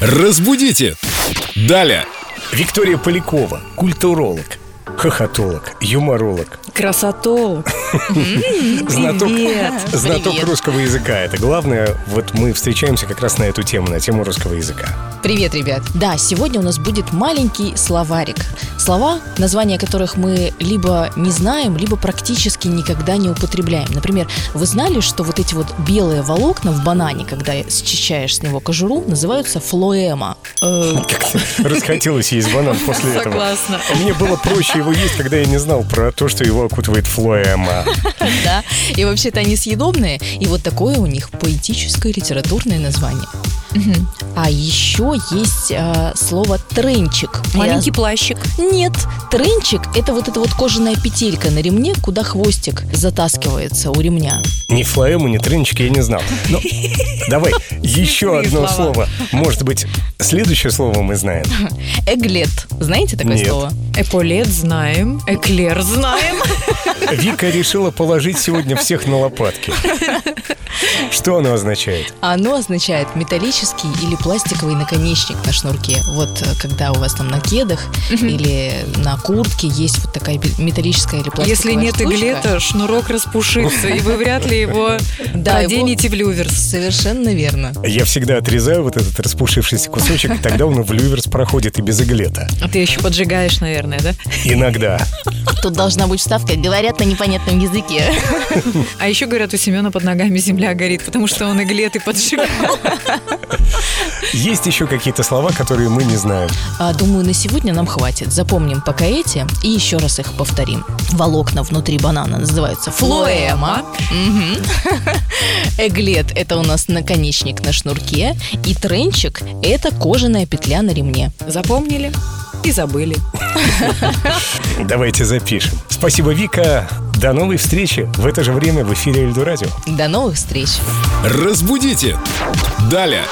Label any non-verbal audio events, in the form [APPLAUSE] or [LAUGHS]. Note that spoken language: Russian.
Разбудите! Далее! Виктория Полякова, культуролог, хохотолог, юморолог, Красотолог. знаток, Привет. знаток Привет. русского языка. Это главное, вот мы встречаемся как раз на эту тему, на тему русского языка. Привет, ребят. Да, сегодня у нас будет маленький словарик. Слова, названия которых мы либо не знаем, либо практически никогда не употребляем. Например, вы знали, что вот эти вот белые волокна в банане, когда счищаешь с него кожуру, называются флоэма? Э, Как-то расхотелось есть банан после этого. Согласна. Мне было проще его есть, когда я не знал про то, что его окутывает флоэма. Да. И вообще-то они съедобные. И вот такое у них поэтическое литературное название. Мгм. А еще есть э, слово тренчик. Маленький плащик. Нет, тренчик – это вот эта вот кожаная петелька на ремне, куда хвостик затаскивается у ремня. Ни флоэму, ни трынчики я не знал. Но давай еще одно слово. слова. Может быть, следующее слово мы знаем. Эглет. Знаете такое Нет. слово? Эполет знаем. Эклер [LAUGHS] знаем. Вика решила положить сегодня всех на лопатки. Что оно означает? Оно означает металлический или пластиковый наконечник на шнурке. Вот э, когда у вас там на кедах или на куртке есть вот такая бе- металлическая или пластиковая Если нет штучка. иглета, шнурок распушится, и вы вряд ли [LAUGHS] его Да, его- оденете в люверс. Совершенно верно. Я всегда отрезаю вот этот распушившийся кусочек, и тогда он в люверс проходит и без иглета. А ты еще поджигаешь, наверное, да? Иногда. Тут должна быть вставка «говорят на непонятном языке». А еще говорят, у Семена под ногами земля горит, потому что он иглеты поджигал. Есть еще какие-то слова, которые мы не знаем. [LAUGHS] А, Думаю, на сегодня нам хватит. Запомним пока эти и еще раз их повторим. Волокна внутри банана называются флоэма. Мгм. [LAUGHS] Эглет – это у нас наконечник на шнурке. И тренчик – это кожаная петля на ремне. Запомнили и забыли. Давайте запишем. Спасибо, Вика. До новой встречи в это же время в эфире Эльду Радио. До новых встреч! Разбудите! Далее!